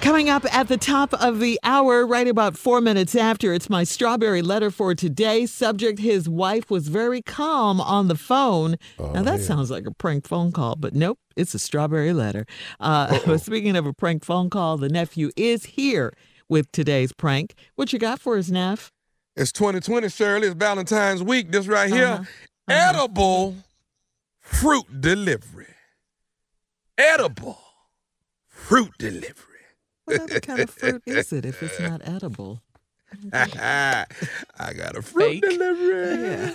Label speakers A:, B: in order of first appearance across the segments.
A: Coming up at the top of the hour, right about four minutes after, it's my strawberry letter for today. Subject His wife was very calm on the phone.
B: Oh,
A: now, that sounds like a prank phone call, but nope, it's a strawberry letter. Uh, speaking of a prank phone call, the nephew is here with today's prank. What you got for us, Neff?
B: It's 2020, Shirley. It's Valentine's week. This right here edible fruit delivery. Edible fruit delivery.
A: What other kind of fruit is it if it's not edible?
B: I got a fruit delivery.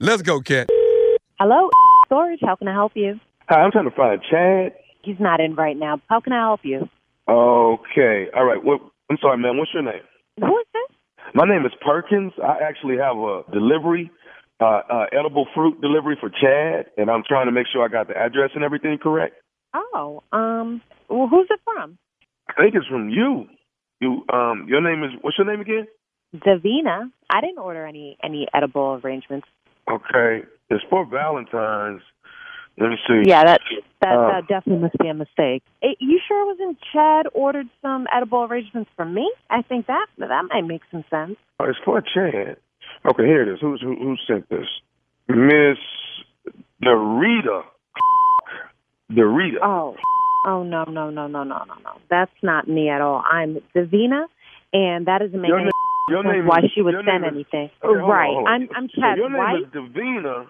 B: Let's go, cat.
C: Hello, storage. How can I help you?
D: Hi, I'm trying to find Chad.
C: He's not in right now. How can I help you?
D: Okay, all right. What, I'm sorry, man. What's your name?
C: Who is this?
D: My name is Perkins. I actually have a delivery, uh, uh, edible fruit delivery for Chad, and I'm trying to make sure I got the address and everything correct.
C: Oh, um, well, who's it from?
D: I think it's from you. You, um, your name is what's your name again?
C: Davina. I didn't order any any edible arrangements.
D: Okay, it's for Valentine's. Let me see.
C: Yeah, that that,
D: Oh.
C: that definitely must be a mistake. Eh, you sure it wasn't Chad ordered some edible arrangements from me? I think that that might make some sense.
D: Oh, it's for Chad. Okay, here it is. Who's who, who sent this? Miss Dorita. Dorita.
C: Oh, oh no no no no no no no. That's not me at all. I'm Davina, and that doesn't make
D: Your
C: any
D: name- your
C: sense
D: name
C: why
D: is-
C: she would
D: your
C: send
D: name is-
C: anything.
D: Okay, hold on,
C: right.
D: hold on.
C: I'm I'm
D: So
C: Chad's
D: your name
C: wife.
D: is Davina,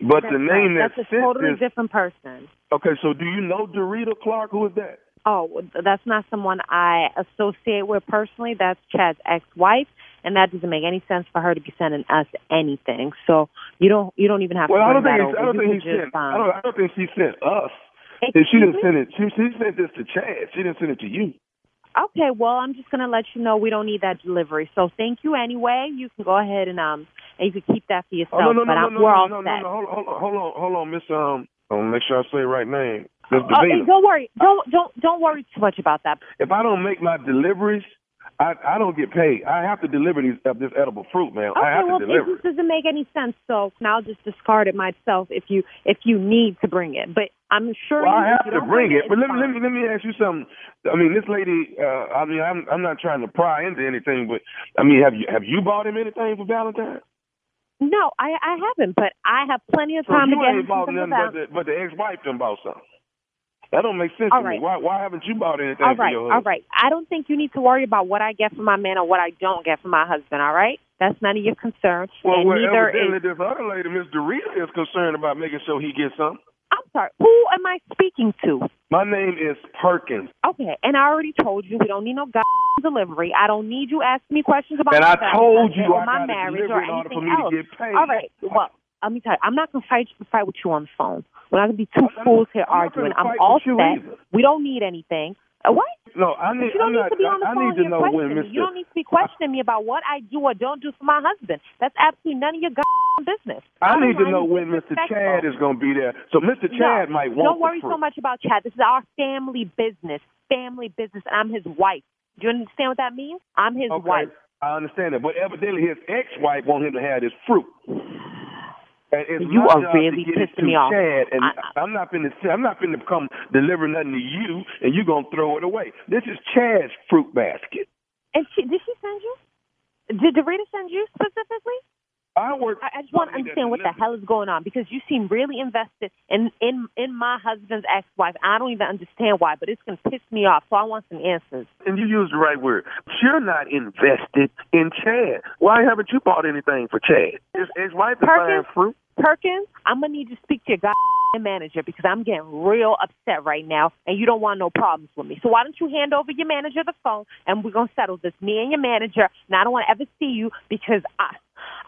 D: but the
C: That's right.
D: name that
C: that's a
D: sent
C: totally
D: this.
C: different person.
D: Okay, so do you know Dorita Clark? Who is that?
C: Oh, well, that's not someone I associate with personally. That's Chad's ex-wife, and that doesn't make any sense for her to be sending us anything. So you don't you don't even have
D: Well,
C: to
D: I
C: bring
D: don't think
C: that
D: it's,
C: over.
D: I don't
C: You
D: think he
C: could just,
D: sent.
C: um,
D: I don't. I don't think she sent us.
C: excuse
D: she didn't
C: me?
D: send it. She she sent this to Chad. She didn't send it to you.
C: Okay, well, I'm just gonna let you know we don't need that delivery. So thank you anyway. You can go ahead and um and you can keep that for
D: Oh
C: yourself.
D: no no no
C: but
D: no
C: I'm,
D: no
C: we're
D: no,
C: all
D: no, no
C: set.
D: no hold on hold on hold on hold on Miss um. I'm gonna make sure I say the right name. Miss
C: Oh,
D: Davina.
C: hey, don't worry. Don't don't don't worry too much about that.
D: if I don't make my deliveries, I I don't get paid. I have to deliver these of this edible fruit, man. I
C: Okay,
D: have
C: well,
D: to deliver.
C: this doesn't make any sense. So now I'll just discard it myself if you if you need to bring it. But I'm sure
D: Well,
C: you,
D: I
C: if
D: have
C: you
D: to
C: don't
D: bring it, but let me
C: it's
D: let me let me ask you something. I mean, this lady. Uh, I mean, I'm I'm not trying to pry into anything, but I mean, have you have you bought him anything for
C: fine.
D: Valentine's?
C: No, I I haven't, but I have plenty of
D: So
C: time
D: you
C: to get
D: ain't
C: him
D: bought
C: something
D: nothing
C: about.
D: but the, but the ex-wife done bought something. That don't make sense
C: All
D: to me.
C: right.
D: Why why haven't you bought anything
C: All
D: for
C: right,
D: your
C: all
D: husband?
C: right. I don't think you need to worry about what I get from my man or what I don't get from my husband. All right, that's none of your concern,
D: Well,
C: and
D: well
C: neither
D: evidently
C: is.
D: this other lady, Miss Dorita, is concerned about making sure he gets something.
C: I'm sorry. Who am I speaking to?
D: My name is Perkins,
C: Okay, and I already told you we don't need no god delivery. I don't need you asking me questions about
D: and
C: my
D: I told
C: husband
D: you
C: or
D: I
C: my
D: got a
C: marriage
D: delivery in
C: or
D: order for
C: anything
D: me
C: else.
D: to get paid.
C: All right. Well, let me tell you, I'm not gonna fight fight with you on the phone. We're not gonna be two
D: I'm not-
C: fools here
D: I'm not
C: arguing.
D: gonna
C: I'm
D: fight
C: all
D: with you
C: set.
D: either.
C: We don't need anything. Uh, What?
D: No, I
C: You
D: need.
C: don't
D: I'm
C: need
D: not,
C: to be on the
D: I, I
C: phone
D: need to
C: here
D: know when
C: questioning me.
D: Mr.
C: You don't need to be questioning me about what I do or don't do for my husband. That's absolutely none of your goddamn business.
D: I
C: don't
D: need to
C: want
D: know
C: you
D: when Mr.
C: disrespectful.
D: Chad is going to be there. So Mr. Chad
C: no,
D: might want
C: Don't worry
D: the fruit.
C: so much about Chad. This is our family business. Family business, and I'm his wife. Do you understand what that means? I'm his
D: Okay,
C: wife.
D: I understand that, but evidently his ex-wife wants him to have his fruit. And it's
C: You
D: my
C: are
D: job
C: really
D: to get it
C: pissing
D: to
C: me off.
D: Chad, and
C: I-
D: am not gonna I'm not gonna come deliver nothing to you, and you're gonna throw it away. This is Chad's fruit basket.
C: And she, did she send you? Did Dorita send you specifically?
D: I work.
C: I, I just want to understand what the hell is going on because you seem really invested in in in my husband's ex-wife. I don't even understand why, but it's gonna piss me off. So I want some answers.
D: And you used the right word. You're not invested in Chad. Why haven't you bought anything for Chad? His ex-wife is buying
C: Perkins?
D: fruit.
C: Perkins, I'm gonna need you to speak to your goddamn manager because I'm getting real upset right now, and you don't want no problems with me. So why don't you hand over your manager the phone, and we're gonna settle this, me and your manager. And I don't want to ever see you because I,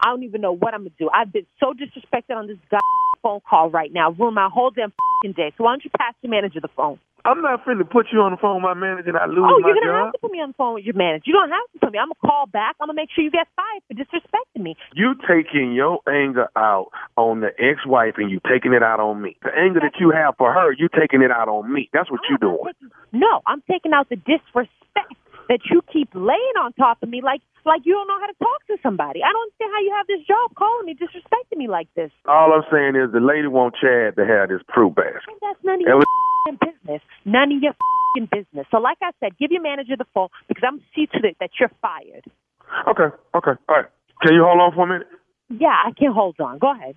C: I don't even know what I'm gonna do. I've been so disrespected on this goddamn phone call right now, ruined my whole damn fing day. So why don't you pass your manager the phone?
D: I'm not finna put you on the phone with my manager and I lose
C: Oh,
D: my
C: you're gonna
D: job.
C: have to put me on the phone with your manager. You don't have to put me. I'm gonna call back. I'm gonna make sure you get fired for disrespecting me.
D: You taking your anger out on the ex-wife and you taking it out on me. The anger that you have for her, you taking it out on me. That's what you
C: I'm
D: doing.
C: taking- No, I'm taking out the disrespect that you keep laying on top of me like like you don't know how to talk to somebody. I don't understand how you have this job calling me, disrespecting me like this.
D: All I'm saying is the lady want Chad to have this fruit basket.
C: That's none of
D: That
C: your
D: was
C: business. None of your business. So, like I said, give your manager the phone because I'm see to it that you're fired.
D: Okay, okay, all right. Can you hold on for a minute?
C: Yeah, I can hold on. Go ahead.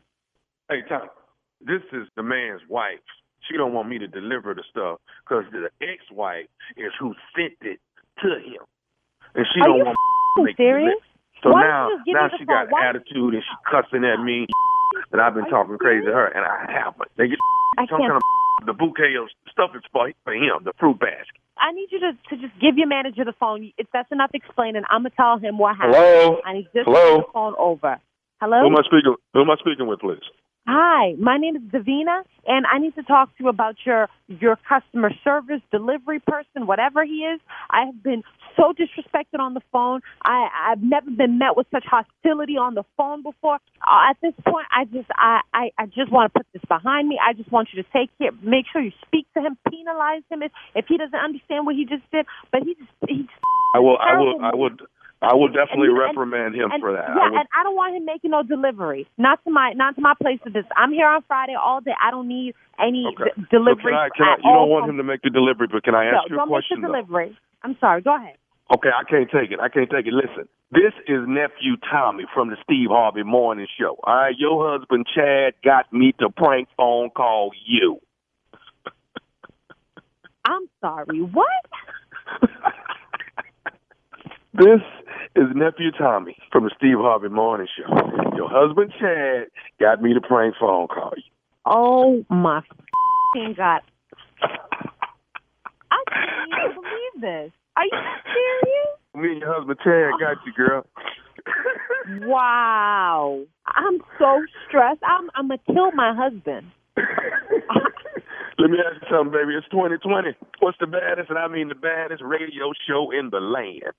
D: Hey, Tom, this is the man's wife. She don't want me to deliver the stuff because the ex-wife is who sent it to him, and she
C: Are
D: don't
C: you
D: want
C: f***ing
D: me to make
C: serious?
D: delivery. So
C: Why
D: now,
C: didn't you give
D: now
C: me the
D: she got
C: phone? Why-
D: attitude and she cussing at me, and I've been
C: Are you
D: talking crazy to
C: serious?
D: her, and I haven't. They get
C: I
D: some kind
C: can't.
D: of the bouquet of stuff is for for him, the fruit basket.
C: I need you to, to just give your manager the phone. If that's enough explaining, I'm gonna tell him what happened.
D: Hello,
C: I need just
D: Hello?
C: the phone over. Hello.
D: who am I speaking? Who am I speaking with, please?
C: Hi, my name is Davina, and I need to talk to you about your your customer service delivery person, whatever he is. I have been so disrespected on the phone. I I've never been met with such hostility on the phone before. Uh, at this point, I just I, I I just want to put this behind me. I just want you to take care, make sure you speak to him, penalize him if, if he doesn't understand what he just did. But he just he
D: I will, I will, I will, I will definitely
C: And- and-
D: reprimand him
C: and,
D: for that.
C: Yeah,
D: I would,
C: and I don't want him making no delivery. Not to my not to my place of business. I'm here on Friday all day. I don't need any
D: Okay.
C: d-
D: so
C: delivery.
D: can I, can I,
C: at
D: you
C: all
D: don't want
C: from-
D: him to make the delivery, but can I ask
C: no,
D: you a
C: don't
D: question?
C: make the
D: though?
C: delivery. I'm sorry. Go ahead.
D: Okay, I can't take it. I can't take it. Listen, this is nephew Tommy from the Steve Harvey Morning Show. All right, your husband Chad got me to prank phone call you.
C: I'm sorry. What?
D: This is nephew Tommy from the Steve Harvey Morning Show. Your husband Chad got me to prank phone call you.
C: Oh my f***ing god! I can't even believe this. Are you serious?
D: Me and your husband Chad got you, girl.
C: Wow. I'm so stressed. I'm I'm gonna kill my husband.
D: Let me ask you something, baby. It's 2020. What's the baddest, and I mean the baddest radio show in the land?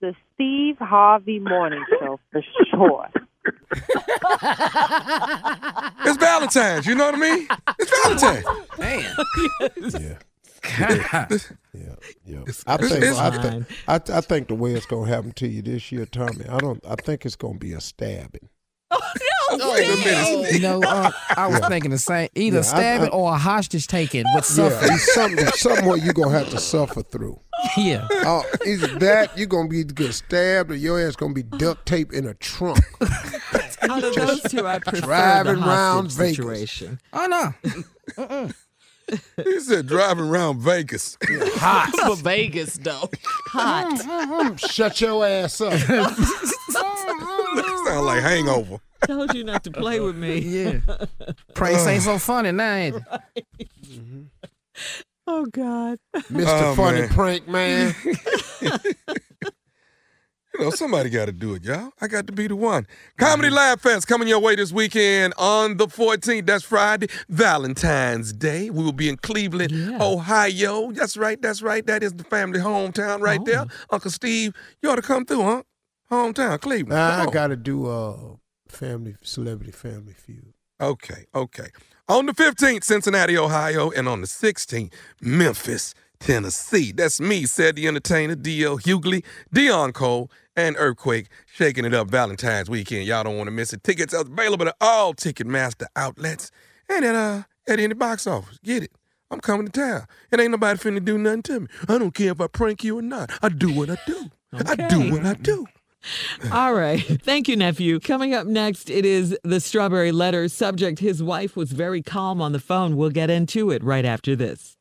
C: the Steve Harvey Morning Show for sure.
B: It's Valentine's. You know what I mean? It's Valentine's.
E: Man.
F: Yeah.
E: God.
F: Yeah, yeah. I think
B: it's
F: I, th-
A: fine.
F: I, th- I think the way it's gonna happen to you this year, Tommy. I don't. I think it's gonna be a stabbing.
B: Oh, wait a minute.
E: You know, uh, I was thinking the same. Either
F: Yeah, I-
E: stabbing
F: I-
E: or a hostage taking with
F: Yeah,
E: suffering.
F: it's something somewhere you're gonna have to suffer through.
E: Yeah.
F: Oh, either that you're gonna be get stabbed, or your ass gonna be duct taped in a trunk.
A: Out of those two, I prefer
F: driving
A: the
F: round
A: hostage
F: Vegas.
A: situation.
E: Oh no.
B: He said driving around Vegas.
E: Hot. for Vegas though.
A: Hot.
F: Shut your ass up.
B: that sound like hangover.
A: Told you not to play with me.
E: Yeah. Praise ain't so funny now. ain't it?
A: Oh God.
F: Mr.
B: Oh,
F: Funny
B: man.
F: Prank Man.
B: You know, somebody got to do it, y'all. I got to be the one. Comedy Live Fest coming your way this weekend on the 14th. That's Friday, Valentine's Day. We will be in Cleveland, Ohio. That's right, that's right. That is the family hometown right there. Uncle Steve, you ought to come through, huh? Hometown, Cleveland.
F: Nah,
B: Come
F: I
B: on.
F: gotta do uh family celebrity family feud.
B: Okay, okay. On the 15th, Cincinnati, Ohio, and on the 16th, Memphis, Tennessee. That's me, said the entertainer, D.L. Hughley, Dion Cole, and Earthquake, shaking it up Valentine's weekend. Y'all don't want to miss it. Tickets are available at all Ticketmaster outlets and at, uh, at any box office. Get it. I'm coming to town. It ain't nobody finna do nothing to me. I don't care if I prank you or not. I do what I do. I do what I do.
A: All right. Thank you, nephew. Coming up next, it is the strawberry letter. Subject His wife was very calm on the phone. We'll get into it right after this.